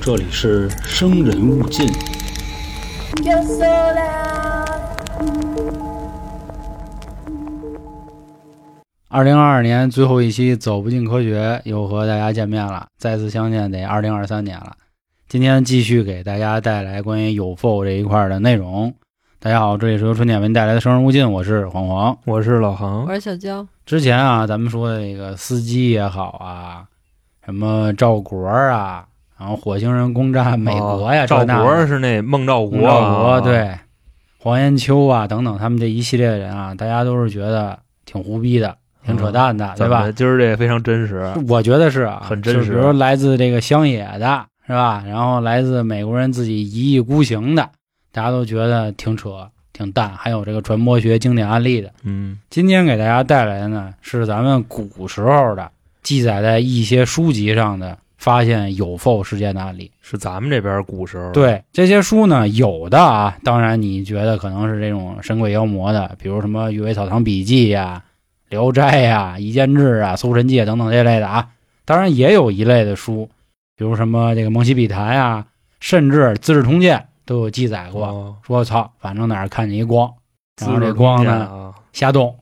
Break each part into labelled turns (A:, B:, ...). A: 这里是《生人勿进》。
B: Yo sola,
C: 二零二二年最后一期《走不进科学》又和大家见面了，再次相见得二零二三年了。今天继续给大家带来关于有 f 这一块的内容。大家好，这里是由春点为您带来的《生人勿近》，我是黄黄。
D: 我是老航
E: 我，
C: 哎
E: 是小娇，
C: 之前啊，咱们说的这个司机也好啊，什么赵国啊，然后火星人攻占美国呀，
D: 哦赵
C: 这那的
D: 国是那孟兆国
C: 吴
D: 啊，
C: 兆国对，黄延秋啊等等，他们这一系列的人啊，大家都是觉得挺胡逼的，挺扯淡的，对
D: 怎
C: 吧
D: 么？今儿这非常真实，
C: 我觉得是啊，
D: 很真实
C: 就比如来自这个乡野的，是吧？然后来自美国人自己一意孤行的，大家都觉得挺扯、挺淡。还有这个传播学经典案例的，
D: 嗯，
C: 今天给大家带来的呢，是咱们古时候的记载在一些书籍上的发现有否事件的案例。
D: 是咱们这边古时候，，
C: 对这些书呢，有的啊，当然你觉得可能是这种神鬼妖魔的，比如什么《阅微草堂笔记》呀、《聊斋》呀、《一剑志》啊、《搜神记》啊等等这类的啊。当然也有一类的书，比如什么这个《蒙西笔谈》呀，甚至《资治通鉴》都有记载过。
D: 哇，
C: 说操，反正哪儿看见一光，然后
D: 哦资
C: 这
D: 治
C: 光
D: 通鉴
C: 呢
D: 啊，
C: 瞎动，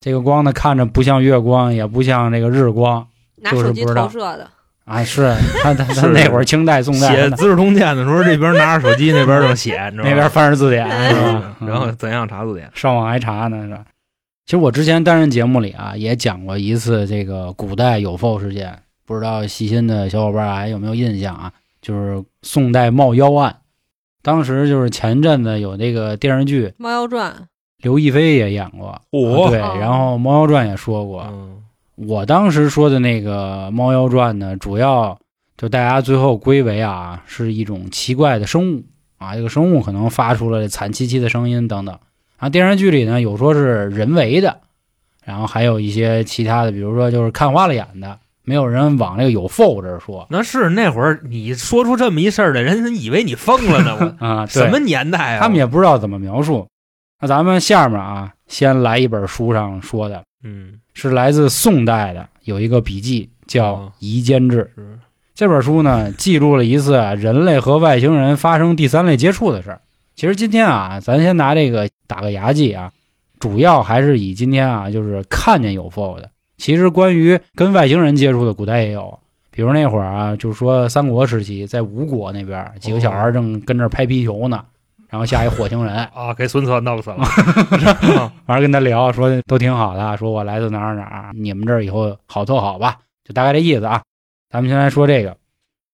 C: 这个光呢看着不像月光，也不像这个日光
E: 拿
C: 就是
E: 手机
C: 不知道
E: 投射的，
C: 啊，是他他他
D: 是
C: 那会儿清代宋代
D: 写《
C: 的
D: 资治通鉴》的时候，这边拿着手机，那边正写，你知道吗？
C: 那 边翻着字典是吧
D: 嗯？然后怎样查字典？
C: 上网还查呢是。其实我之前单人节目里啊也讲过一次这个古代有否事件，不知道细心的小伙伴啊还有没有印象啊？就是宋代冒妖案，当时就是前阵子有那个电视剧，
E: 《猫妖 传
C: 刘亦菲也演过，啊
D: 哦
C: 对，
E: 哦
C: 然后《猫妖传》也说过，
D: 嗯，
C: 我当时说的那个《猫妖传》呢，主要就大家最后归为啊，是一种奇怪的生物啊，这个生物可能发出了惨戚戚的声音等等。啊然后电视剧里呢，有说是人为的，然后还有一些其他的，比如说就是看花了眼的，没有人往那个有否这儿说
D: 那是那会儿你说出这么一事儿来，人以为你疯了呢， 我
C: 啊。对
D: 什么年代啊？
C: 他们也不知道怎么描述。那咱们下面啊，先来一本书上说的，
D: 嗯，
C: 是来自宋代的，有一个笔记叫《
D: 哦
C: 夷坚志》。
D: 是
C: 这本书呢，记录了一次啊人类和外星人发生第三类接触的事儿。其实今天啊，咱先拿这个打个牙祭啊，主要还是以今天啊，就是看见有 f 的。其实关于跟外星人接触的，古代也有，比如那会儿啊，就是说三国时期，在吴国那边几个小孩正跟这儿拍皮球呢，然后下一火星人，
D: 啊，给孙策弄死了， 是 吧
C: 完了跟他聊，说都挺好的，说我来自哪儿哪儿哪儿，你们这儿以后好凑好吧，就大概这意思啊。咱们先来说这个，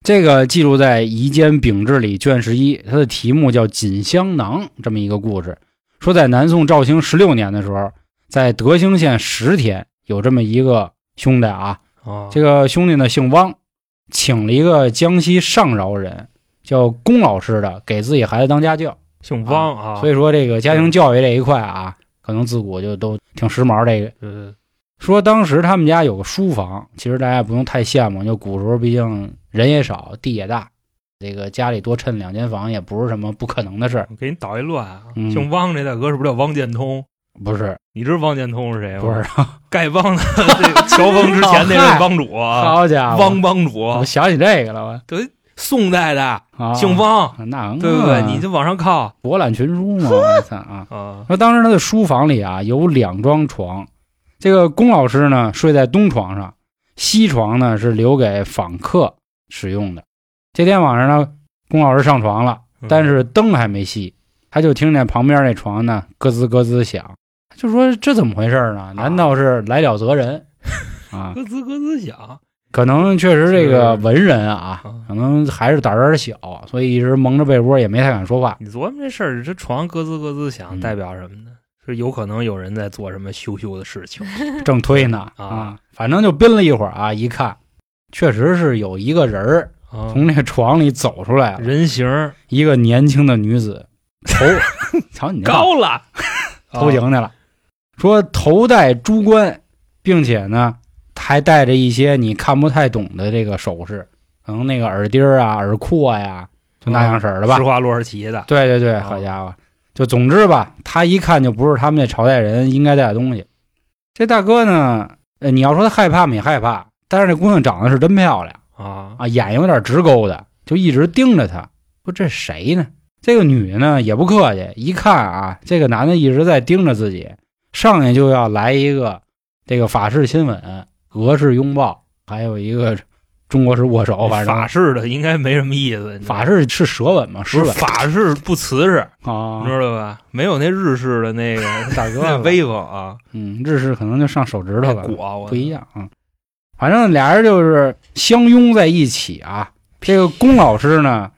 C: 这个记录在《夷坚秉志》里卷十一，它的题目叫《锦香囊》这么一个故事，说在南宋绍兴十六年的时候，在德兴县石田有这么一个兄弟啊，
D: 啊，
C: 这个兄弟呢姓汪，请了一个江西上饶人叫龚老师的，给自己孩子当家教。
D: 姓汪啊，
C: 所以说这个家庭教育这一块啊，可能自古就都挺时髦。这个
D: 嗯
C: 说当时他们家有个书房，其实大家也不用太羡慕，就古时候毕竟人也少，地也大，这个家里多趁两间房也不是什么不可能的事儿。
D: 我给你捣一乱啊！
C: 嗯
D: 姓汪这大哥是不是叫汪建通？
C: 不是，
D: 你知道汪建通是谁吗？
C: 不是，，
D: 丐帮的这个乔峰之前那任帮主啊，
C: 好家伙，
D: 汪帮主，
C: 我想起这个了，
D: 宋代的，
C: 我啊
D: 姓汪，
C: 那能
D: 对不对？
C: 啊
D: 你就往上靠
C: 博览群书嘛，我操啊！
D: 啊，
C: 那当时他的书房里啊有两张床，这个龚老师呢睡在东床上，西床呢是留给访客使用的。这天晚上呢，龚老师上床了，
D: 嗯
C: 但是灯还没熄，他就听见旁边那床呢咯吱咯吱响，就说这怎么回事呢？
D: 啊
C: 难道是来了则 人啊？
D: 咯吱咯吱响
C: 可能确实这个
D: 是
C: 文人啊
D: 啊，
C: 可能还是胆儿有点小，所以一直蒙着被窝也没太敢说话。
D: 你琢磨这事儿，这床咯吱咯吱响
C: 嗯
D: 代表什么呢？是有可能有人在做什么羞羞的事情
C: 正推呢
D: 啊
C: 啊，反正就奔了一会儿啊，一看，确实是有一个人儿
D: 啊？
C: 从那个床里走出来了，
D: 人形儿
C: 一个年轻的女子， 头，瞧你这
D: 高啊了，
C: 头颈去了，说头戴珠冠，并且呢还戴着一些你看不太懂的这个首饰，可能那个耳钉儿啊、耳廓呀，就那样式儿的吧
D: 施。华洛世奇的，
C: 对对对，
D: 啊
C: 好家伙！就总之吧，他一看就不是他们那朝代人应该带的东西。这大哥呢，呃，你要说他害怕吗？也害怕，但是这姑娘长得是真漂亮
D: 啊
C: 啊，眼睛有点直勾的，就一直盯着他，说这谁呢？这个女的呢也不客气，一看啊，这个男的一直在盯着自己，上来就要来一个这个法式亲吻、俄式拥抱，还有一个中国式握手，哦反正
D: 法式的应该没什么意思，你知道
C: 法式是舌吻吗？
D: 不
C: 舌
D: 是
C: 吻
D: 法式不瓷实，你
C: 啊，
D: 知道吧？没有那日式 的那个
C: 大哥
D: 那
C: 了，
D: 威风啊，
C: 嗯，日式可能就上手指头了，
D: 哎果我
C: 不一样啊。嗯反正俩人就是相拥在一起啊。这个龚老师呢，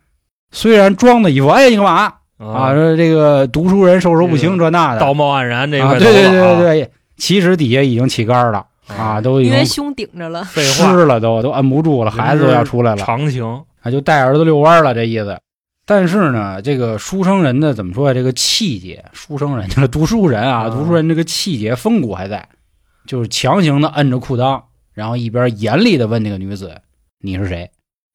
C: 虽然装的一副哎你干嘛啊，
D: 啊，
C: 说这个读书人受受不
D: 这
C: 行
D: 个
C: 这那的，
D: 道貌岸然这
C: 啊，
D: 块
C: 对对
D: 头发
C: 对
D: 啊
C: 对，其实底下已经起杆了啊，都已
E: 因为
C: 经
E: 胸顶着了，
D: 废话
C: 湿了都，都摁不住了，孩子都要出来了
D: 常情，
C: 啊，就带儿子遛弯了这意思。但是呢，这个书生人的怎么说呀？这个气节，书生人就是读书人啊，
D: 啊
C: 读书人这个气节风骨还在，就是强行的摁着裤裆，然后一边严厉的问那个女子：“你是谁？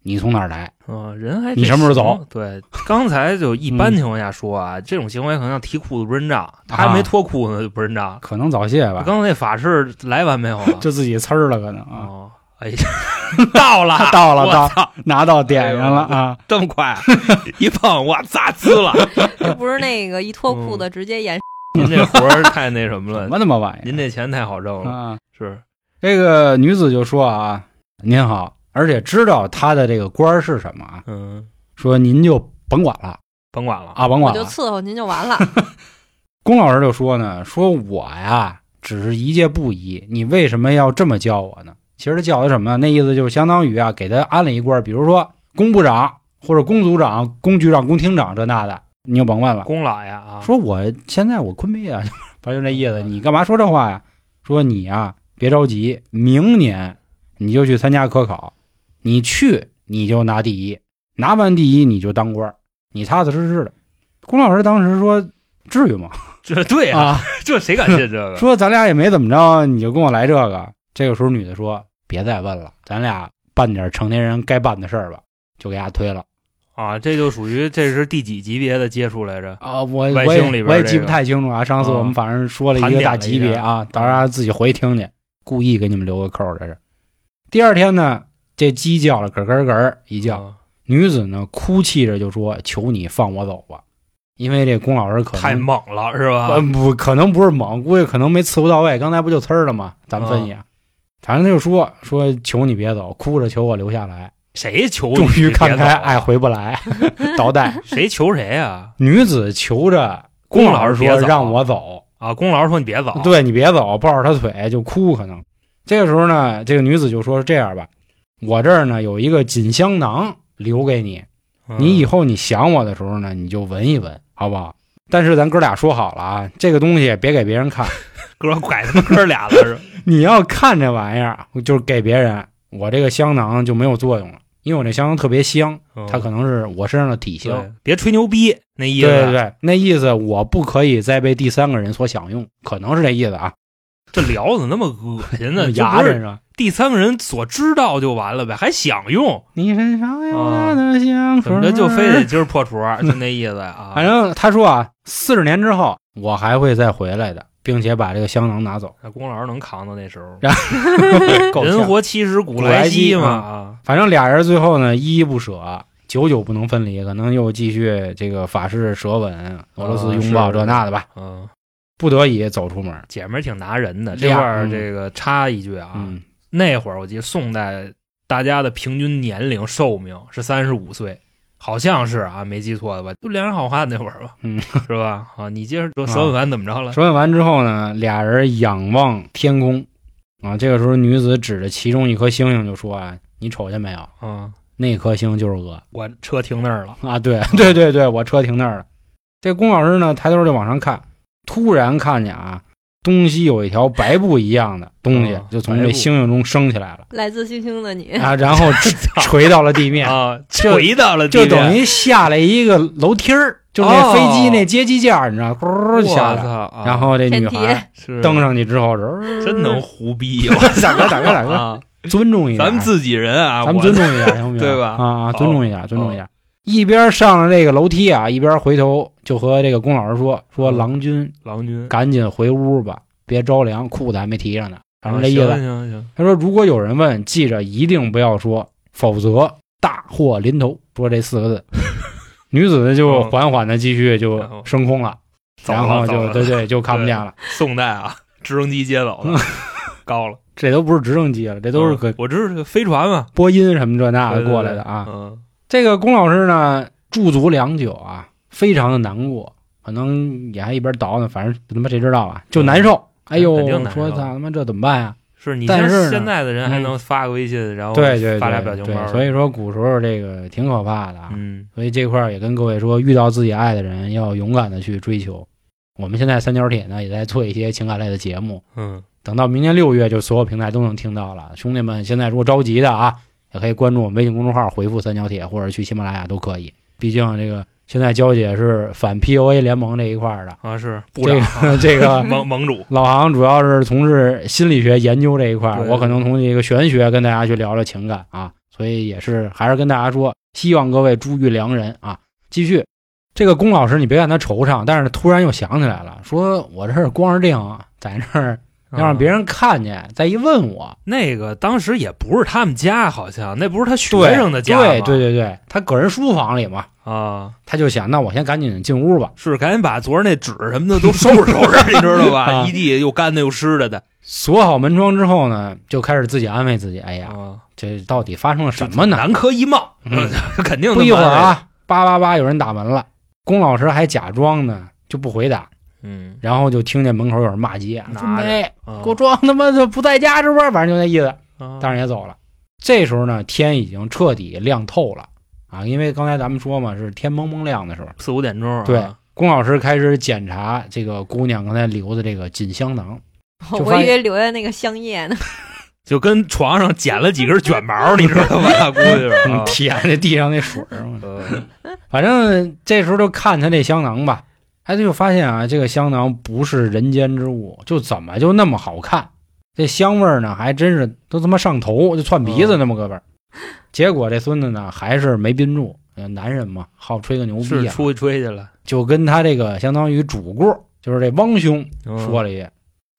C: 你从哪儿来
D: 嗯，人还
C: 你什么时候走嗯
D: 行？对，刚才就一般情况下说啊，这种行为可能像提裤子不认账，他还
C: 啊
D: 没脱裤子就不认账？”。
C: 可能早泄吧，
D: 刚才那法式来完没有啊？
C: 就自己呲儿了，可能啊，
D: 哦，哎呀， 到了
C: 到了
D: 我
C: 到
D: 操，
C: 拿到点上了啊。
D: 这么 快，一碰哇咋滋了？
E: 这不是那个一脱
C: 嗯
E: 裤子直接演
D: 您这活儿太那什么
C: 什
D: 了，
C: 么他妈玩意
D: 您这钱太好挣
C: 儿
D: 了，
C: 啊？
D: 是
C: 这个女子就说啊：“您好，而且知道她的这个官儿是什么啊？
D: 嗯，
C: 说您就甭管了
D: 甭管了啊，
C: 啊，甭
E: 我
C: 管
E: 就
C: 了。
E: 伺候您就完 了。”
C: 龚老师就说呢：“说我呀，只是一介布衣，你为什么要这么叫我呢？其实他叫他什么呢？那意思就是相当于啊，给他安了一官儿，比如说龚部长或者龚组长、龚局长、龚厅长这那的，你就甭问了。
D: 公老爷啊，
C: 说我现在我坤毕啊， 反正就这意思。你干嘛说这话呀？说你啊，别着急，明年你就去参加科考，你去你就拿第一，拿完第一你就当官儿，你踏踏实实的。龚老师当时说：“至于吗？
D: 这对啊，
C: 啊，
D: 这谁敢信这个？
C: 说咱俩也没怎么着，你就跟我来这个。”这个时候，女的说：“别再问了，咱俩办点成年人该办的事儿吧。”就给他推了
D: 啊，这就属于这是第几级别的接触来着？
C: 啊！我
D: 外
C: 我也
D: 星里边
C: 我也
D: 这
C: 记不
D: 个
C: 太清楚啊。上次我们
D: 啊
C: 反正说了一个大级别啊，到时候自己回去听去，故意给你们留个扣儿这是。第二天呢，这鸡叫了，咯咯咯儿一叫，
D: 啊
C: 女子呢哭泣着就说：“求你放我走吧！”因为这龚老师可能
D: 太猛了是吧？
C: 嗯，不可能不是猛，估计可能没伺候到位。刚才不就呲儿了吗？咱们分析啊，反正他就说说求你别走，哭着求我留下来。
D: 谁求你
C: 终于看
D: 别走
C: 开，哎爱回不 来，倒带。
D: 谁求谁啊？
C: 女子求着
D: 龚
C: 龚
D: 老
C: 老
D: 师
C: 师
D: 别
C: 说
D: 走
C: 让我走，
D: 啊，龚老师说你别走，
C: 对你别走，抱着他腿就哭可能。这个时候呢，这个女子就说这样吧，我这儿呢有一个锦香囊留给你，
D: 嗯
C: 你以后你想我的时候呢，你就闻一闻，好不好？但是咱哥俩说好了啊，这个东西别给别人看，
D: 哥拐他妈哥俩了是吧？
C: 你要看这玩意儿，就是给别人，我这个香囊就没有作用了，因为我这香囊特别香，
D: 嗯
C: 它可能是我身上的体香。
D: 对别吹牛逼那意思。啊
C: 对对对，那意思我不可以再被第三个人所享用，可能是这意思啊。
D: 这聊怎么那么恶心呢？
C: 牙
D: 就不
C: 碜
D: 是
C: 是吧？
D: 第三个人所知道就完了呗，还想用，
C: 你身上有
D: 啊
C: 我的香水
D: 怎么
C: 儿，
D: 着就非得今儿破除，就那意思 啊？
C: 反正他说啊，四十年之后我还会再回来的，并且把这个香囊拿 走。
D: 那龚老师能扛到那时候，
C: 够
D: 人
C: 呛。
D: 活七十古
C: 古来
D: 稀
C: 稀啊
D: 嘛啊。
C: 反正俩人最后呢依依不舍，久久不能分离，可能又继续这个法式舌吻、俄罗斯拥
D: 啊
C: 抱
D: 是
C: 这那的吧，
D: 嗯，
C: 不得已走出门。
D: 姐们儿挺拿人的。这
C: 俩
D: 块儿
C: 嗯
D: 这个插一句啊，
C: 嗯，
D: 那会儿我记得宋代大家的平均年龄寿命是三十五岁，好像是啊，没记错的吧？就《良人好汉》那会儿吧，
C: 嗯
D: 是吧？啊，你接着说，舌吻完怎么着了？
C: 舌吻完之后呢，俩人仰望天空，啊，这个时候女子指着其中一颗星星就说啊，你瞅见没有？
D: 啊，
C: 那颗星就是我
D: 我车停那儿了，
C: 啊！对 对对对，我车停那儿了。这龚老师呢，抬头就往上看，突然看见啊，东西有一条白布一样的东西
D: 啊，
C: 就从
D: 白
C: 这
D: 布
C: 星星中升起来了
E: 来自星星的 你，
C: 啊，然后垂到了地面。
D: 啊，
C: 就
D: 回到了 地
C: 就
D: 面哦
C: 等于下来一个楼梯儿，就是那飞机那接机架，你知道，咕噜就下
D: 我
C: 来了。
D: 操，
C: 然后这女
E: 天梯
C: 孩
D: 啊是
C: 登，上去之后，是
D: 真能胡 逼，我
C: 大哥，大哥，大哥，
D: 啊，
C: 尊重一下，
D: 咱们自己人啊，
C: 咱们
D: 我
C: 尊重一下， 行不行？
D: 对吧哦
C: 啊啊，
D: 好
C: 尊重一下，尊重一下。一边上了这个楼梯啊，一边回头就和这个龚老师说：“说
D: 嗯
C: 郎君，
D: 郎君，
C: 赶紧回屋吧，别着凉，裤子还没提上呢。”反正这意
D: 啊
C: 思。
D: 行行行，
C: 他说：“如果有人问，记着一定不要说，否则大祸临头”，说这四个 字。女子呢就
D: 嗯
C: 缓缓的继续就
D: 然后
C: 升空了，
D: 走嗯
C: 然
D: 了
C: 后
D: 走
C: 就
D: 了
C: 对对就看不见了。
D: 宋代啊， 直升机接走的，高了，
C: 这都不是直升机了，这嗯 都是
D: 嗯
C: 个
D: 我知道这个飞船嘛，
C: 波音什么这那
D: 对
C: 的
D: 对
C: 过来
D: 对
C: 的啊。
D: 嗯，
C: 这个龚老师呢驻足良久啊，非常的难过，可能也还一边倒呢，反正他妈谁知道啊，就难受。哎呦
D: 嗯肯定，难
C: 说
D: 受啊
C: 操他妈这怎么办呀？
D: 是你
C: 但
D: 像
C: 是呢嗯
D: 现在的人还能发个微信，然后
C: 对对
D: 哦发俩
C: 对
D: 表情包，
C: 对，所以说古时候这个挺可怕的啊。
D: 嗯，
C: 所以这块儿也跟各位说，遇到自己爱的人，要勇敢的去追求。我们现在三角铁呢也在做一些情感类的节目，
D: 嗯
C: 等到明年六月，就所有平台都能听到了。兄弟们，现在如果着急的啊，也可以关注我们微信公众号，回复“三角铁”或者去喜马拉雅都可以。毕竟这个现在娇姐是反 PUA 联盟这一块儿的，
D: 啊是部
C: 这
D: 长
C: 个这个
D: 盟盟主，
C: 老航主要是从事心理学研究这一块儿，
D: 对
C: 我可能从这个玄学跟大家去聊聊情感啊，所以也是还是跟大家说，希望各位珠玉良人啊，继续。这个龚老师，你别看他惆怅，但是突然又想起来了，说我这儿光是这样，在那儿 要让别
D: 嗯
C: 人看见，再一问我，
D: 那个当时也不是他们家，好像那不是他学
C: 对
D: 生的家
C: 对
D: 吗
C: 对对对，他搁人书房里嘛，
D: 啊，
C: 他就想，那我先赶紧进屋吧。
D: 是赶紧把昨儿那纸什么的都收拾收拾， 你知道吧？
C: 啊
D: 一地又干的又湿的的
C: 锁好门窗之后呢，就开始自己安慰自己，哎呀，
D: 啊，
C: 这到底发生了什么呢？
D: 南柯一梦，
C: 嗯
D: 肯定
C: 不
D: 他
C: 一
D: 妈
C: 会儿
D: 的，
C: 啊，叭叭叭，有人打门了，龚老师还假装呢就不回答，
D: 嗯，
C: 然后就听见门口有人骂街，
D: 拿
C: 说妹，
D: 啊
C: 给我装他妈的不在家是不是？反正就那意思，
D: 啊
C: 当然也走了。这时候呢，天已经彻底亮透了啊，因为刚才咱们说嘛，是天蒙蒙亮的时候。
D: 四五点钟啊，
C: 对龚老师开始检查这个姑娘刚才留的这个锦香囊，就
E: 我
C: 发
E: 以
C: 现
E: 为留下那个香叶呢，
D: 就跟床上捡了几根卷 毛，你知道吧？估计是啊
C: 嗯 舔那地上那水儿。
D: 呃
C: 反正这时候就看他这香囊吧，哎，就发现啊，这个香囊不是人间之物，就怎么就那么好看？这香味儿呢，还真是都他妈上头，就窜鼻子那么个味 儿。结果这孙子呢，还是没憋住，呃男人嘛，好吹个牛逼啊，
D: 是出去吹去了，
C: 就跟他这个相当于主顾，就是这汪兄说
D: 了
C: 了一句，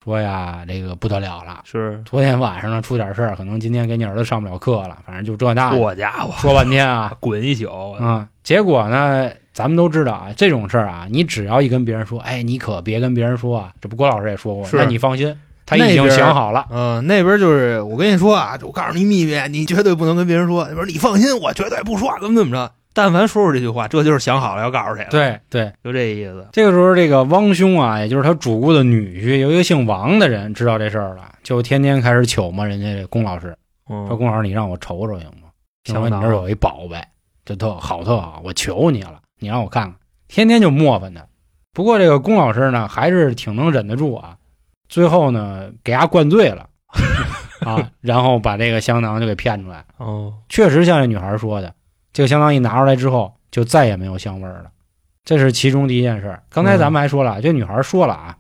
C: 说呀，这个不得了了，
D: 是，
C: 昨天晚上呢出点事儿，可能今天给你儿子上不了课了，反正就这那的，
D: 我家伙
C: 说半天啊，
D: 滚一宿，我
C: 啊、结果呢，咱们都知道啊，这种事儿啊，你只要一跟别人说，哎，你可别跟别人说啊。这不郭老师也说过，
D: 是
C: 那你放心，他
F: 那
C: 已经
F: 边儿
C: 想好了。
D: 呃
F: 嗯，那边就是我跟你说啊，我告诉你秘密，你绝对不能跟别人说。你说你放心，我绝对不说，
D: 怎么怎么着？但凡说出这句话，这就是想好了要告诉谁了，
C: 对对，
D: 就这意思。
C: 这个时候，这个汪兄啊，也就是他主顾的女婿，有一个姓王的人知道这事儿了，就天天开始求嘛人家这龚老师，说
D: 嗯，
C: 龚老师，你让我瞅瞅行吗？
D: 想
C: 因为你
D: 到
C: 这儿有一宝贝，这特好特好，我求你了，你让我看看。天天就磨叽他。不过这个龚老师呢，还是挺能忍得住啊。最后呢，给他灌醉了啊，然后把这个香囊就给骗出来。
D: 哦，
C: 确实像这女孩说的，这个香囊一拿出来之后，就再也没有香味儿了。这是其中第一件事儿。刚才咱们还说了，这女孩说了啊，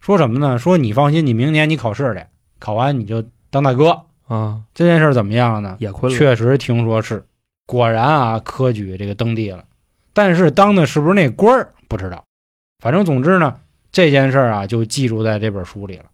C: 说什么呢？说你放心，你明年你考试去，考完你就当大哥。
D: 啊，
C: 这件事儿怎么样呢？
D: 也困了，
C: 确实听说是，果然啊，科举这个登第了，但是当的是不是那官儿不知道。反正总之呢，这件事儿啊就记录在这本书里了，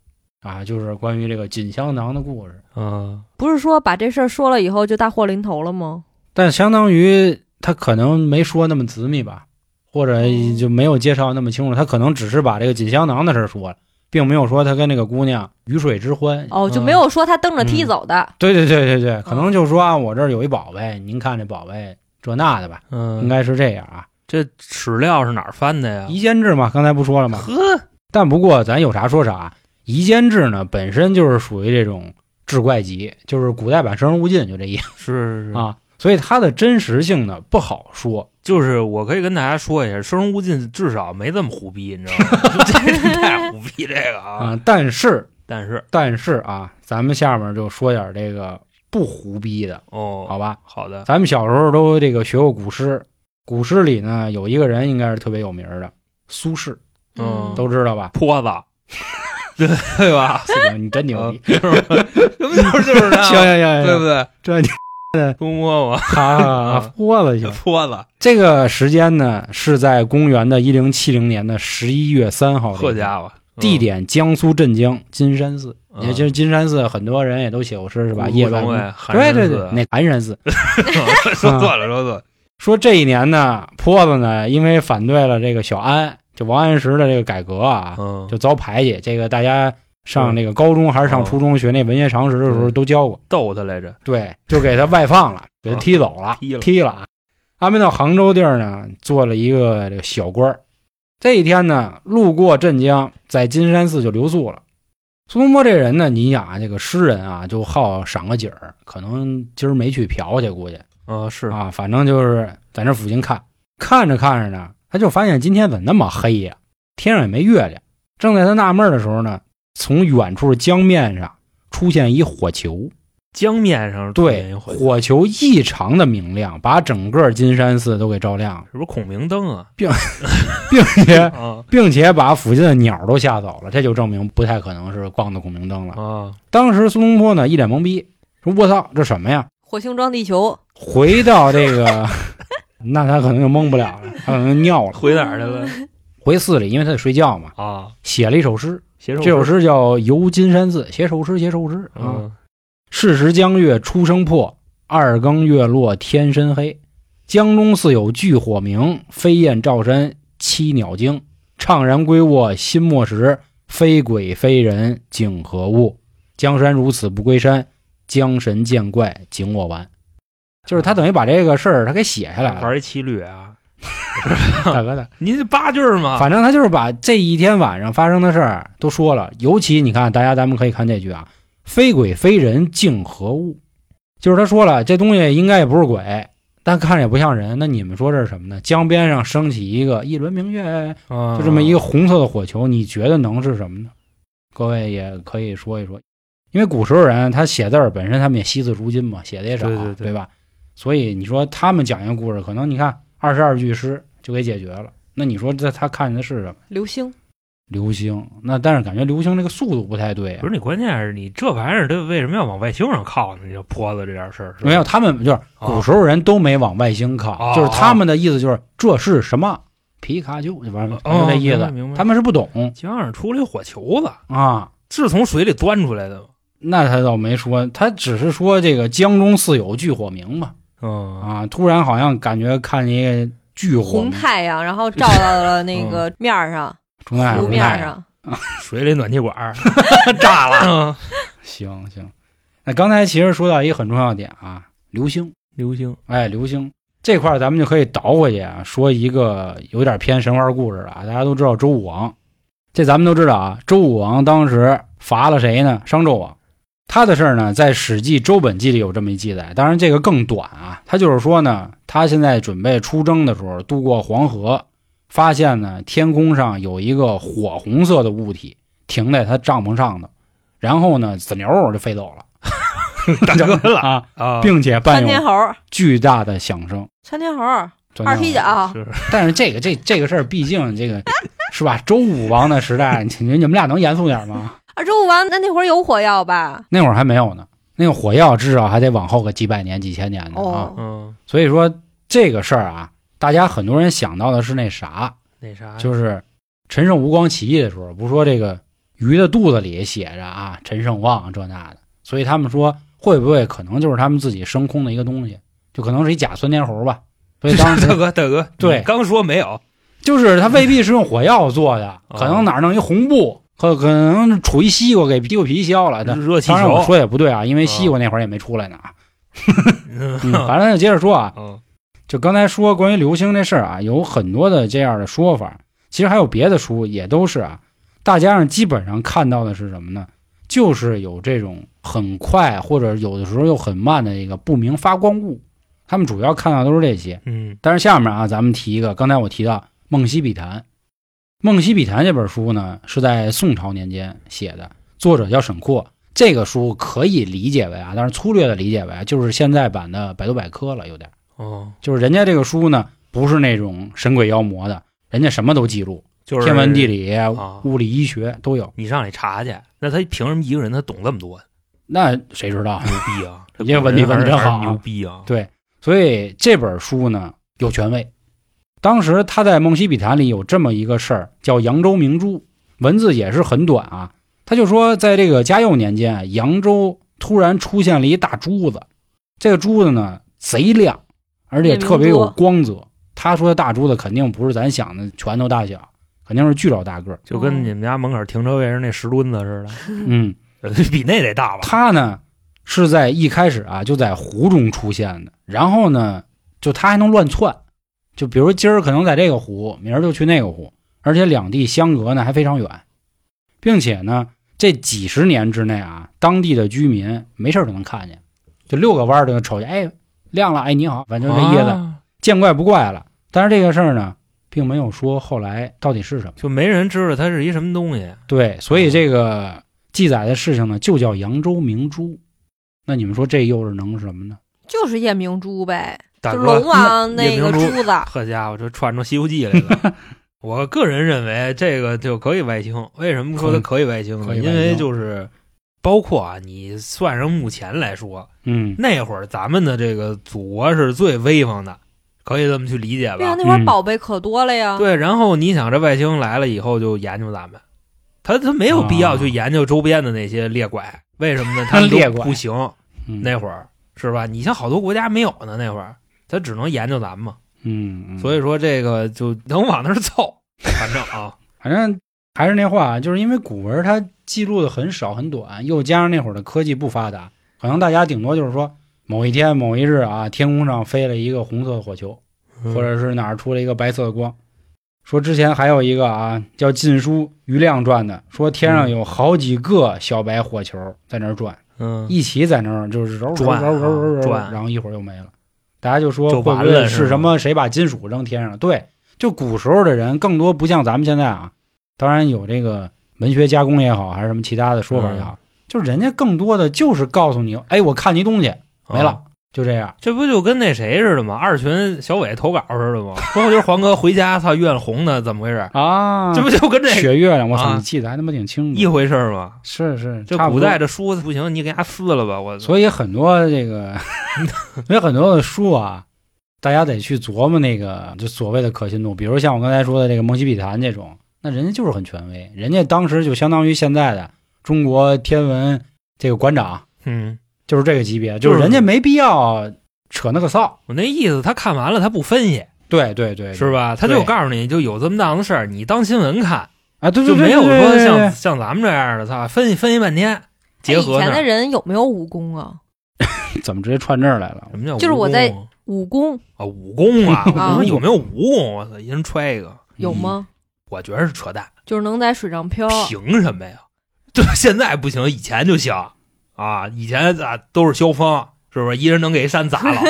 C: 啊，就是关于这个锦香囊的故事。
D: 嗯，
E: 不是说把这事儿说了以后就大祸临头了吗？
C: 但相当于他可能没说那么仔细吧，或者就没有介绍那么清楚，他可能只是把这个锦香囊的事儿说了，并没有说他跟那个姑娘鱼水之欢。
E: 哦，就
C: 嗯
E: 没有说他蹬着梯
C: 嗯
E: 走的，
C: 对对对对对，可能就说啊，我这儿有一宝贝，您看这宝贝这那的吧，应
D: 嗯，
C: 该是这样啊。
D: 这史料是哪儿翻的呀？
C: 夷坚制嘛，刚才不说了吗？
D: 啊呵，
C: 但不过咱有啥说啥，夷坚制呢本身就是属于这种志怪集，就是古代版《生人勿近》，就这意思
D: 是是是，
C: 啊。所以它的真实性呢不好说，
D: 就是我可以跟大家说一下，《生人勿近》至少没这么胡逼，你知道吗？ 这太胡逼这个
C: 啊、
D: 啊！
C: 但是
D: 但是
C: 但是啊，咱们下面就说点这个不胡逼的，
D: 哦，
C: 好吧？
D: 好的，
C: 咱们小时候都这个学过古诗，古诗里呢有一个人应该是特别有名儿的，苏轼，
D: 嗯
C: 都知道 吧？
D: 坡子，对对吧？
C: 四哥你真 牛逼！
D: 是吧？什么就是就是他，
C: 行行行
D: 哦对啊
C: 行行，
D: 不对？
C: 这 你
D: 东摸我
C: 哈豁了行。
D: 坡子，
C: 这个时间呢是在公元的一零七零年的十一月三号这一
D: 好
C: 天，
D: 家伙，嗯嗯
C: 地点江苏镇江金山寺。也就是金山寺，很多人也都写过诗，是吧？夜
D: 夜
C: 半
D: 位
C: 宫，，
D: 寒
C: 对
D: 山
C: 对
D: 寺
C: 对，那寒山寺。
D: 说错了，说错了，
C: 说这一年呢，坡子呢，因为反对了这个小安，就王安石的这个改革啊，
D: 嗯，
C: 就遭排挤。这个大家上那个高中还是上初中学那文学常识的时候
D: 嗯
C: 都教过，
D: 逗他来着，
C: 对，就给他外放了，给他踢走了，
D: 啊踢了
C: 踢了啊。阿明到杭州地儿呢，做了一个这个小官儿。这一天呢，路过镇江，在金山寺就留宿了。苏东坡这人呢，你想啊，这个诗人啊，就好赏个景儿，可能今儿没去嫖去，估计
D: 啊是，
C: 啊，反正就是在那附近看，看着看着呢，他就发现今天怎么那么黑呀、天上也没月亮。正在他纳闷儿的时候呢，从远处江面上出现一火球，
D: 江面上出现
C: 对，
D: 一回
C: 火球异常的明亮，把整个金山寺都给照亮 了，
D: 是不是孔明灯啊？
C: 并且
D: 啊
C: 并且把附近的鸟都吓走了，这就证明不太可能是逛的孔明灯了。
D: 啊，
C: 当时苏东坡呢一脸懵逼，说：“我操，这什么呀？”
E: 火星撞地球，
C: 回到这 个，那他可能就懵不了了，他可能尿了。
D: 回哪儿去了
C: 回寺里，因为他得睡觉嘛，
D: 啊？
C: 写了一首诗，
D: 写首
C: 这首诗叫《游金山寺》，写首诗，写首诗啊。
D: 嗯，
C: 是时江月初升破，二更月落天深黑。江中似有巨火明，飞燕照山栖鸟惊。怅然归卧心莫识，非鬼非人竟何物？江山如此不归山，江神见怪景我完。就是他等于把这个事儿他给写下来了，
D: 玩一七律啊，
C: 大哥的。
D: 您这八句儿嘛，
C: 反正他就是把这一天晚上发生的事儿都说了。尤其你看，大家咱们可以看这句啊：“非鬼非人竟何物？”就是他说了，这东西应该也不是鬼，但看着也不像人。那你们说这是什么呢？江边上升起一个一轮明月，
D: 啊
C: 就这么一个红色的火球，你觉得能是什么呢？各位也可以说一说，因为古时候人他写字儿本身他们也惜字如金嘛，写的也少，
D: 对对对
C: 吧？所以你说他们讲一个故事，可能你看二十二句诗就给解决了。那你说这他看见的是什么？
E: 流星，
C: 流星。那但是感觉流星这个速度不太对、啊
D: 不是你，关键是你这玩意儿，它为什么要往外星上靠呢？你这坡子这点事儿，是吧
C: 没有，他们就是
D: 啊
C: 古时候人都没往外星靠，
D: 哦
C: 就是他们的意思就是这是什么皮卡丘，就完了，
D: 哦
C: 就这意
D: 明
C: 思
D: 白明。白
C: 他们是不懂
D: 江上出来火球子，
C: 啊，
D: 是从水里端出来的吗？
C: 那他倒没说，他只是说这个江中似有巨火明嘛，
D: 嗯，
C: 啊，突然好像感觉看见一个巨火
E: 红
C: 明，
E: 太阳，然后照到了那个面儿上，
C: 中间
E: 湖
C: 有
E: 面
C: 嗯哎太
E: 儿
C: 阳。
E: 上，
C: 啊
D: 水里暖气 管儿炸
C: 嗯
D: 了，
C: 行行，那刚才其实说到一个很重要的点啊，流星，
D: 流星
C: 哎，流星这块儿咱们就可以倒回去啊，说一个有点偏神话故事了啊，大家都知道周武王，这咱们都知道啊，周武王当时伐了谁呢？商纣王。他的事儿呢，在《史记·周本纪》里有这么一记载，当然这个更短啊。他就是说呢，他现在准备出征的时候，渡过黄河，发现呢天空上有一个火红色的物体停在他帐篷上头，然后呢子牛儿就飞走了，
D: 大哥了
C: 啊，
D: 啊，
C: 并且
E: 窜
C: 伴有
E: 天猴儿，
C: 巨大的响声。
E: 窜天猴儿，二踢
C: 脚。
E: 脚，
D: 是
C: 但是这个这这个事儿，毕竟这个是吧？周武王的时代，你你们俩能严肃点吗？
E: 啊，周武王那那会儿有火药吧？
C: 那会儿还没有呢，那个火药至少还得往后个几百年、几千年呢啊。
E: 哦，
D: 嗯，
C: 所以说这个事儿啊，大家很多人想到的是那啥，
D: 那啥呀
C: 就是陈胜吴广起义的时候，不是说这个鱼的肚子里写着啊陈胜旺这那的，所以他们说会不会可能就是他们自己升空的一个东西，就可能是一假窜天猴吧？所以 当时
D: 大哥大哥，
C: 对
D: 你刚说没有，
C: 就是它未必是用火药做的，
D: 哦
C: 可能哪儿弄一红布，可可能杵一西瓜给西瓜皮削了。
D: 热嗯气
C: 当然我
D: 球，
C: 说也不对啊，因为西瓜那会儿也没出 来呢啊。嗯
D: 嗯
C: 反正就接着说啊，
D: 嗯
C: 就刚才说关于流星这事儿啊，有很多的这样的说法，其实还有别的书也都是啊。大家上基本上看到的是什么呢？就是有这种很快或者有的时候又很慢的一个不明发光物，他们主要看到都是这些。
D: 嗯
C: 但是下面啊，咱们提一个，刚才我提到《梦溪笔谈》，《梦溪笔谈》这本书呢是在宋朝年间写的，作者叫沈括。这个书可以理解为啊，但是粗略的理解为啊就是现在版的百度百科了，有点儿。
D: 哦，
C: 就是人家这个书呢，不是那种神鬼妖魔的，人家什么都记录，
D: 就是
C: 天文地。理、
D: 啊
C: 物理、医学都有。
D: 你上里查去，那他凭什么一个人他懂这么多？
C: 那谁知道？
D: 牛逼 啊！
C: 你这文笔文得真好啊
D: 还是牛逼啊！
C: 对，所以这本书呢有权威。当时他在《梦溪笔谈》里有这么一个事儿，叫扬州明珠，文字也是很短啊，他就说，在这个嘉佑年间啊，扬州突然出现了一大珠子，这个珠子呢贼亮，而且特别有光泽。他说的大珠子肯定不是咱想的拳头大小，肯定是巨老大个儿。
D: 就跟你们家门口停车位上那石墩子似
C: 嗯，
D: 的， 比那得大吧？
C: 他呢是在一开始啊就在湖中出现的，然后呢就他还能乱窜，就比如今儿可能在这个湖，明儿就去那个湖，而且两地相隔呢还非常远，并且呢这几十年之内啊，当地的居民没事儿就能看见，就遛个弯儿就能瞅见，哎亮了，哎你好，反正就这意思，
D: 啊
C: 见怪不怪了。但是这个事儿呢，并没有说后来到底是什么。
D: 就没人知道它是一什么东西。
C: 对，所
D: 哦
C: 以这个记载的事情呢，就叫扬州明珠。那你们说这又是能什么呢？
E: 就是夜明珠呗，
D: 大
E: 就
D: 哥，嗯
E: 龙王那个
D: 夜明
E: 珠子，啊
D: 好家伙，这串出《西游记》来 了。我个人认为这个就可以外清，为什么说它可以外清
C: 可
D: 呢？
C: 以外
D: 因
C: 清
D: 为就是包括啊，你算上目前来说，
C: 嗯，
D: 那会儿咱们的这个祖国是最威风的，可以这么去理解
E: 哎对呀，
D: 吧？
E: 那会儿
C: 嗯
E: 宝贝可多了呀。哎
D: 对，然后你想这外星来了以后就研究咱们，他他没有必要去研究周边的那些猎拐，为什 么呢？他们都
C: 哦猎拐
D: 不行，
C: 嗯
D: 那会儿是吧？你像好多国家没有呢，那会儿他只能研究咱们嘛。
C: 嗯，嗯
D: 所以说这个就能往那儿凑，反正啊，
C: 反正还是那话，啊就是因为古文它记录的很少很短，又加上那会儿的科技不发达，可能大家顶多就是说某一天某一日啊，天空上飞了一个红色的火球，
D: 嗯
C: 或者是哪儿出了一个白色的光。说之前还有一个啊，叫《晋书·余亮传》的，说天上有好几个小白火球在那儿转。
D: 嗯，
C: 一起在那儿就是揉揉
D: 转
C: 揉揉揉揉揉，
D: 转
C: 然后一会儿又没了。大家就说
D: 就
C: 会不
D: 完
C: 会
D: 了
C: 是什么谁把金属扔天上了？对，就古时候的人更多不像咱们现在啊，当然有这个文学加工也好，还是什么其他的说法也好，就是人家更多的就是告诉你，哎，我看你东西
D: 啊
C: 没了，，就这样。
D: 这不就跟那谁似的吗？二群小伟投稿似的吗？说今儿黄哥回家，操，院红的，怎么回事？
C: 啊，
D: 这不就跟这
C: 雪月亮，我操，
D: 啊
C: 你记得还他妈挺清
D: 一
C: 楚。
D: 回事儿吗？
C: 是是，
D: 这
C: 差不
D: 古
C: 多
D: 代这书不行，你给它撕了吧，我操！
C: 所以很多这个， 所以很多的书啊，大家得去琢磨那个就所谓的可信度。比如像我刚才说的这个《蒙西比谈》这种，那人家就是很权威，人家当时就相当于现在的中国天文这个馆长，
D: 嗯，
C: 就是这个级别，就
D: 就
C: 是是人家没必要扯那个臊。
D: 我那意思，他看完了他不分析，
C: 对对对，对
D: 是？吧？他就告诉你，就有这么档子事儿，你当新闻看，
C: 啊，对对
D: 就
C: 对，
D: 没有
C: 对对
D: 说
C: 对
D: 像
C: 对
D: 像咱们这样的，操，分析分析半天，结合
E: 哎以前
D: 那
E: 的
D: 儿
E: 人有没有武功啊？
C: 怎么直接串这儿来了
D: 什。么叫
E: 就是
D: 武
E: 我
D: 功
E: 在
D: 啊
E: 武功
D: 啊武功 啊，我
E: 啊
D: 说有没有武功？我操，一人揣一个，
E: 有吗？
D: 我觉得是扯淡，
E: 就是能在水上漂。
D: 凭什么呀？对，现在不行，以前就行啊，以前啊都是萧峰，是不是？一人能给一山砸 了，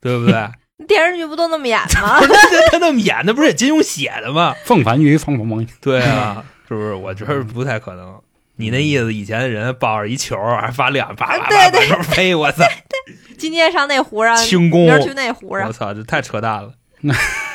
D: 对不对？
E: 电视剧不都那么演吗
D: 不？是他他那么演的，不是也金庸写的吗？
C: 凤凡于凤凤凰，
D: 对啊，是不是？我觉得不太可能。你那意思，以前人抱着一球还发两叭叭叭叭
E: 啊对对
D: 往那飞，我操，
E: 今天上那湖上，
D: 轻功
E: 明，儿去那湖上
D: 我。操，这太扯淡了。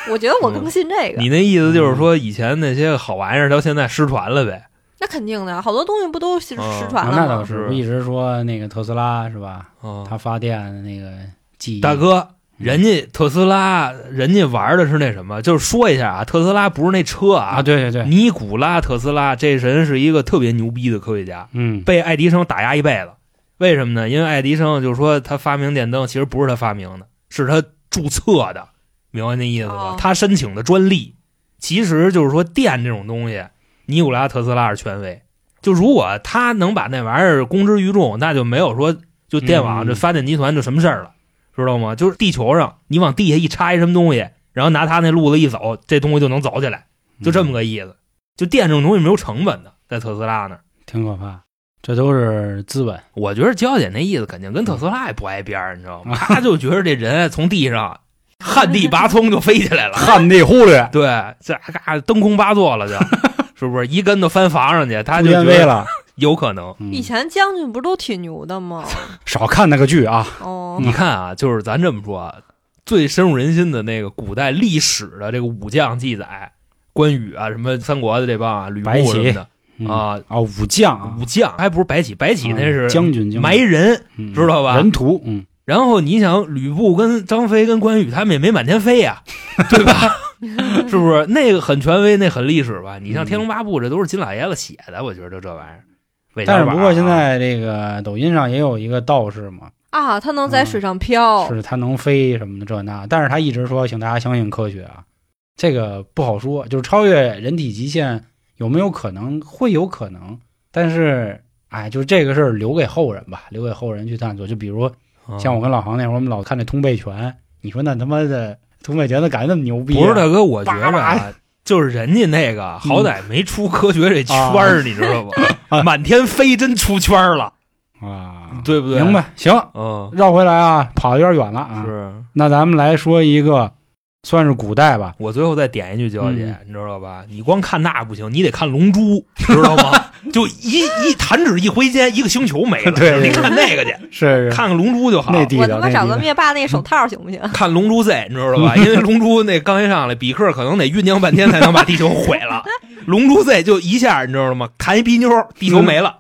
E: 我觉得我更信这个。
D: 你那意思就是说，以前那些好玩意儿到现在失传了呗？
E: 那肯定的，好多东西不都失
D: 嗯
E: 失
C: 啊
E: 传了吗？
C: 那倒
D: 是
C: 是，不一直说那个特斯拉是吧？
D: 啊，
C: 他发电的那个记忆，
D: 大哥，人家特斯拉，人家玩的是那什么？就是说一下啊，特斯拉不是那车
C: 啊，
D: 啊，
C: 对对对，
D: 尼古拉·特斯拉这人是一个特别牛逼的科学家，
C: 嗯，
D: 被爱迪生打压一辈子。为什么呢？因为爱迪生就说他发明电灯，其实不是他发明的，是他注册的，明白那意思吧
E: 哦？
D: 他申请的专利，其实就是说电这种东西，尼古拉·特斯拉是权威。就如果他能把那玩意儿公之于众，那就没有说就电网
C: 嗯
D: 这发电集团就什么事儿了，知道吗？就是地球上你往地下一插一什么东西，然后拿他那路子一走，这东西就能走起来，
C: 嗯
D: 就这么个意思。就电这种东西没有成本的，在特斯拉那儿。
C: 嗯挺可怕。这都是资本，
D: 我觉得娇姐那意思肯定跟特斯拉也不挨边儿，你知
C: 嗯
D: 道吗？她就觉得这人从地上 旱地拔葱就飞起来了，
C: 旱地忽略，
D: 对，这嘎登空八 座了就，是不是一跟头翻房上去？
C: 他
D: 她就觉
C: 威
D: 得
C: 了。
D: 有可能。
C: 嗯
E: 以前将军不都挺牛的吗？
C: 少看那个剧啊，
E: 哦，
D: 你看啊，就是咱这么说啊，最深入人心的那个古代历史的这个武将记载，关羽啊，什么三国的这帮啊，吕
C: 白
D: 布什
C: 起
D: 么的
C: 嗯
D: 啊，
C: 啊，武将啊，
D: 武将还不是白起，白起那
C: 啊
D: 是
C: 将军，将军
D: 埋人。
C: 嗯
D: 知道吧
C: 人屠，嗯，
D: 然后你想，吕布跟张飞跟关羽他们也没满天飞呀、对吧？是不是？那个很权威，那很历史吧？你像
C: 嗯
D: 《天龙八部》，这都是金老爷子写的，我觉得就这玩意儿。韦小
C: 但是
D: 宝啊
C: 不过现在这个抖音上也有一个道士嘛，
E: 啊，它能在水上漂，
C: 是他能飞什么的这那，但是他一直说请大家相信科学啊，这个不好说，就是超越人体极限有没有可能？会有可能，但是哎，就这个事儿留给后人吧，留给后人去探索。就比如
D: 嗯
C: 像我跟老航那会儿，我们老看那通背拳，你说那他妈的通背拳，他敢那么牛逼、啊
D: 不是大哥，我觉
C: 叭
D: 着啊，就是人家那个好歹没出科学这圈儿，你知道
C: 啊
D: 吧？满天飞真出圈儿了，
C: 啊，
D: 对不对？
C: 明，白？行，
D: 嗯，
C: 绕回来啊，跑得有点远了啊。
D: 是
C: 那咱们来说一个，算是古代吧，
D: 我最后再点一句，娇姐
C: 嗯，
D: 你知道吧？你光看那不行，你得看《龙珠》，知 道吗？就一一弹指一挥间，一个星球没了。
C: 对对对
D: 你看那个去，
C: 是
D: 看看《龙珠》就好。
C: 内地
E: 我
C: 的
E: 他妈
C: 内
E: 找
C: 地
E: 个
C: 的。
E: 灭霸那手套行不行？
D: 看《龙珠 Z》，你 知道吧？因为《龙珠》那刚一上来，比克可能得酝酿半天才能把地球毁了，《龙珠 Z》就一下，你知道吗？弹一逼妞，地球没
C: 嗯
D: 了，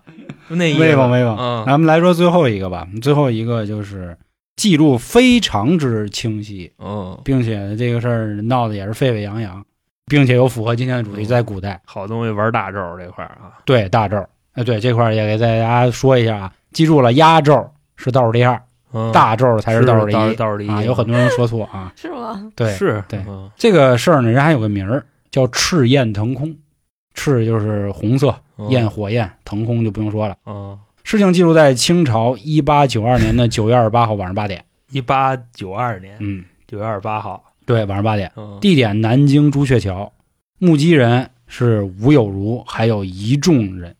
D: 就那意思。
C: 威风威风。
D: 嗯，
C: 咱们来说最后一个吧，最后一个就是记录非常之清晰，
D: 嗯，
C: 并且这个事儿闹得也是沸沸扬扬，并且有符合今天的主题，在古代
D: 好东西玩大招这块儿啊，
C: 对大咒，哎，对这块儿也给大家说一下啊，记住了，压咒是倒数第二，
D: 嗯
C: 大咒才
D: 是
C: 倒数第
D: 倒
C: 一
D: 倒数第一
C: 啊，有很多人说错 啊，
E: 是吗？
C: 对，
D: 是
C: 对
D: 嗯
C: 这个事儿呢，人还有个名儿叫赤焰腾空，赤就是红色，
D: 嗯
C: 焰火焰，腾空就不用说了。
D: 嗯，
C: 事情记录在清朝一八九二年的九月二十八号晚上八点。
D: 一八九二年
C: 嗯，
D: 九月二十八号，
C: 对，晚上八点，
D: 嗯，
C: 地点南京朱雀桥，目击人是吴有如，还有一众人。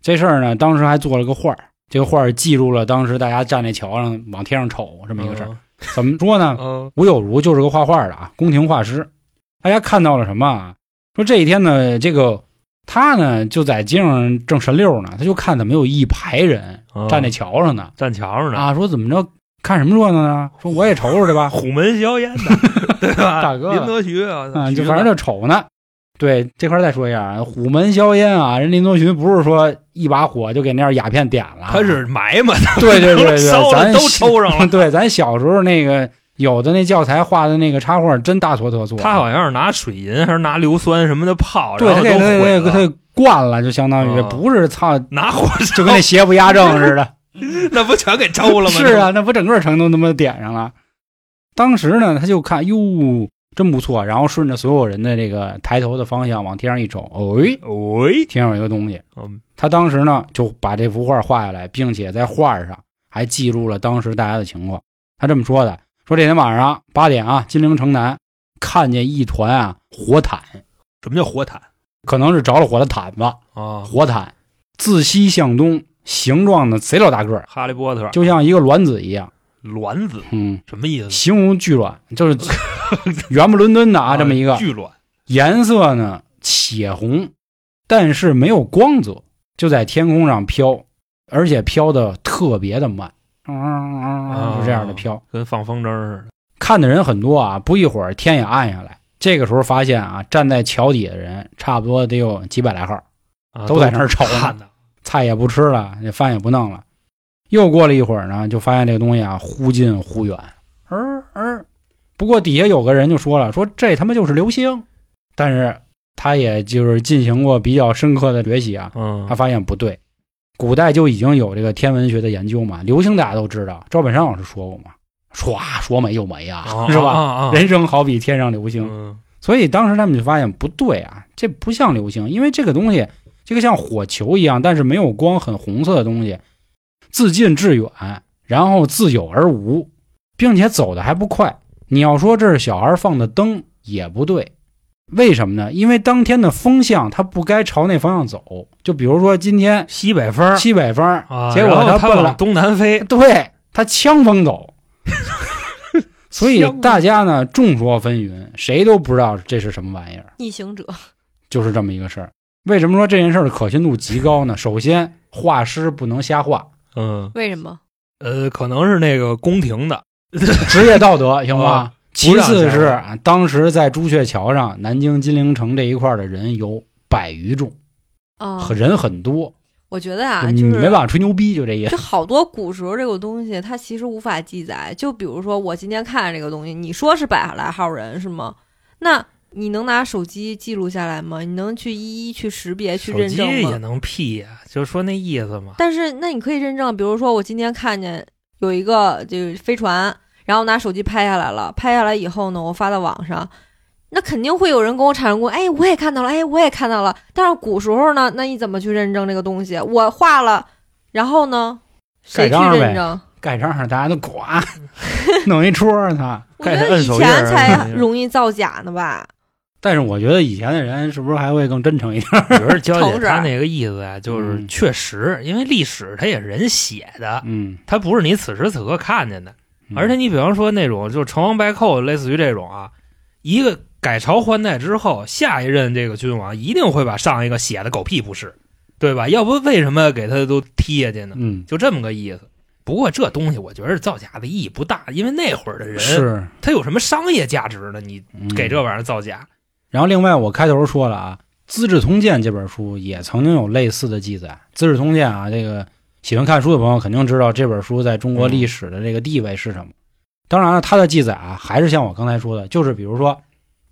C: 这事儿呢，当时还做了个画儿，这个画儿记录了当时大家站在桥上往天上瞅这么一个事儿。怎么说呢？
D: 嗯，
C: 吴有如就是个画画的啊，宫廷画师。大家看到了什么啊？说这一天呢，这个他呢就在街上正神溜呢，他就看怎么有一排人
D: 嗯
C: 站在桥上呢、
D: 站桥上呢，
C: 啊，说怎么着看什么热闹呢？说我也瞅瞅去 吧，
D: 虎门销烟 的，对吧？
C: 大哥
D: 林则徐啊，
C: 啊，
D: 徐
C: 就
D: 子
C: 反正就瞅呢。对这块儿再说一下啊，虎门销烟啊，人林多寻不是说一把火就给那样鸦片点了啊，
D: 他是埋 嘛，
C: 对对对
D: 烧
C: 对，
D: 了
C: 咱。
D: 都抽上了
C: 对，咱小时候那个有的那教材画的那个插画真大错特错啊，
D: 他好像是拿水银还是拿硫酸什么的泡，
C: 对
D: 然
C: 他
D: 后
C: 给
D: 都
C: 他
D: 毁
C: 给他
D: 了。
C: 给灌了，就相当于
D: 嗯
C: 不是操，
D: 拿火烧
C: 就跟那邪不压正似的。
D: 那不全给抽了吗？
C: 是啊，那不整个城都他妈点上了。当时呢，他就看哟，真不错，然后顺着所有人的这个抬头的方向往天上一瞅，哎，
D: 那不，喂，
C: 天上有一个东西。
D: 嗯
C: 他当时呢就把这幅画画下来，并且在画上还记录了当时大家的情况。他这么说的：说这天晚上八点啊，金陵城南看见一团啊火毯，
D: 什么叫火毯
C: 可能是着了火的毯子，
D: 啊？
C: 火毯，自西向东，形状呢贼老大个儿，
D: 哈利波特
C: 就像一个卵子一样，
D: 卵子
C: 嗯，
D: 什么意思？
C: 形容巨卵，就是 圆不伦敦的啊，这么一个
D: 巨卵，
C: 颜色呢血红，但是没有光泽，就在天空上飘，而且飘的特别的慢，嗯嗯嗯嗯，就这样的飘。
D: 跟放风筝似的。
C: 看的人很多啊，不一会儿天也暗下来。这个时候发现啊，站在桥底的人差不多得有几百来号，
D: 啊
C: 都在那儿瞅呢
D: 看呢，
C: 菜也不吃了，这饭也不弄了。又过了一会儿呢，就发现这个东西啊，忽近忽远，儿儿。不过底下有个人就说了，说这他妈就是流星。但是他也就是进行过比较深刻的学习啊，
D: 嗯
C: 他发现不对。古代就已经有这个天文学的研究嘛，流星大家都知道，赵本山老师说过嘛，唰说没就没啊，
D: 啊
C: 是吧？
D: 啊啊
C: 人生好比天上流星，
D: 嗯
C: 所以当时他们就发现不对啊，这不像流星，因为这个东西，这个像火球一样，但是没有光、很红色的东西，自近至远，然后自有而无，并且走的还不快。你要说这是小孩放的灯也不对，为什么呢？因为当天的风向它不该朝那方向走，就比如说今天
D: 西北风
C: 西北风，
D: 啊，
C: 结果
D: 然
C: 它
D: 后它
C: 奔了
D: 往东南飞，
C: 对他枪风 走，所以大家呢众说纷纭，谁都不知道这是什么玩意儿，
E: 逆行者
C: 就是这么一个事儿。为什么说这件事儿的可信度极高呢？首先，画师不能瞎画，
D: 嗯
E: 为什么？
D: 呃，可能是那个宫廷的，
C: 职业道 德行吗
D: 啊？
C: 其次
D: 不
C: 是
D: 让
C: 啊当时在朱雀桥上、南京金陵城这一块儿的人有百余众，
E: 啊，
C: 人很多，
E: 我觉得啊，
C: 你
E: 就是
C: 嗯没办法吹牛逼，就这意思
E: 就。好多古时候这个东西，它其实无法记载。就比如说，我今天看这个东西，你说是百来号人是吗？那你能拿手机记录下来吗？你能去一一去识别、去
D: 手
E: 认
D: 机
E: 证
D: 也
E: 吗？
D: 能 P 呀、就说那意思 嘛。
E: 但是那你可以认证，比如说我今天看见有一个就是飞船，然后拿手机拍下来了，拍下来以后呢，我发到网上，那肯定会有人跟我产生过，哎，我也看到了，哎，我也看到了。但是古时候呢，那你怎么去认证这个东西？我画了，然后呢，谁去
C: 盖章呗
E: 认证？
C: 盖章上大家都呱，
D: 嗯
C: 弄一戳儿他。
E: 我觉
D: 盖
E: 得
D: 上
E: 以
D: 摁手印儿
E: 前才
D: 摁手印儿
E: 容易造假呢吧？
C: 但是我觉得以前的人是不是还会更真诚一点？
D: 我觉得娇姐
E: 诚实
D: 她那个意思啊，就是
C: 嗯
D: 确实，因为历史它也是人写的，
C: 嗯，
D: 它不是你此时此刻看见的。
C: 嗯
D: 而且你比方说那种就是成王败寇，类似于这种啊，一个改朝换代之后，下一任这个君王一定会把上一个写的狗屁不是，对吧？要不为什么给他都踢下去呢？
C: 嗯
D: 就这么个意思。不过这东西我觉得造假的意义不大，因为那会儿的人
C: 是
D: 他有什么商业价值呢？你
C: 嗯
D: 给这玩意儿造假，
C: 然后另外我开头说了啊，《资治通鉴》这本书也曾经有类似的记载，《资治通鉴》啊，这个喜欢看书的朋友肯定知道这本书在中国
D: 嗯
C: 历史的这个地位是什么。当然了，它的记载啊，还是像我刚才说的，就是比如说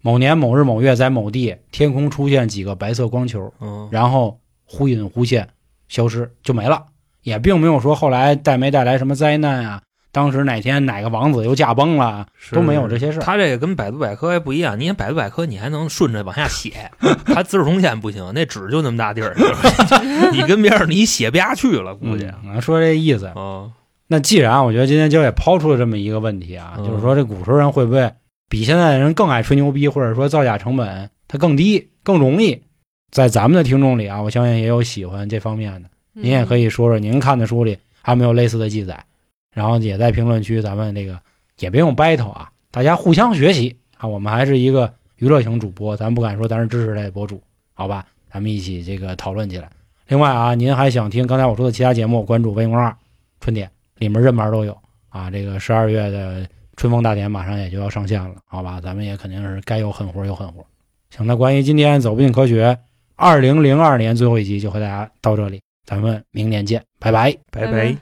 C: 某年某日某月在某地天空出现几个白色光球，
D: 嗯，
C: 然后忽隐忽现，消失就没了，也并没有说后来带没带来什么灾难啊。当时哪天哪个王子又驾崩了，啊都没有这些事儿。
D: 他这个跟百度百科还不一样，你看百度百科你还能顺着往下写， 他资治通鉴不行，那纸就那么大地儿， 你跟边上你写不下去了，估计。
C: 嗯，说这意思，
D: 嗯，
C: 那既然我觉得今天焦也抛出了这么一个问题啊，
D: 嗯
C: 就是说这古时候人会不会比现在的人更爱吹牛逼，或者说造假成本它更低、更容易？在咱们的听众里啊，我相信也有喜欢这方面的，您也可
E: 以，
C: 以说说您看的书里还有没有类似的记载，然后也在评论区咱们这个也别用 battle 啊，大家互相学习啊，我们还是一个娱乐型主播，咱不敢说咱是知识类博主，好吧？咱们一起这个讨论起来。另外啊，您还想听刚才我说的其他节目，关注微公众号“春点”，里面任门都有啊。这个十二月的春风大典马上也就要上线了，好吧？咱们也肯定是该有狠活有狠活。行，那关于今天走不进科学二零零二年最后一集就和大家到这里，咱们明年见，拜拜。
E: 拜拜。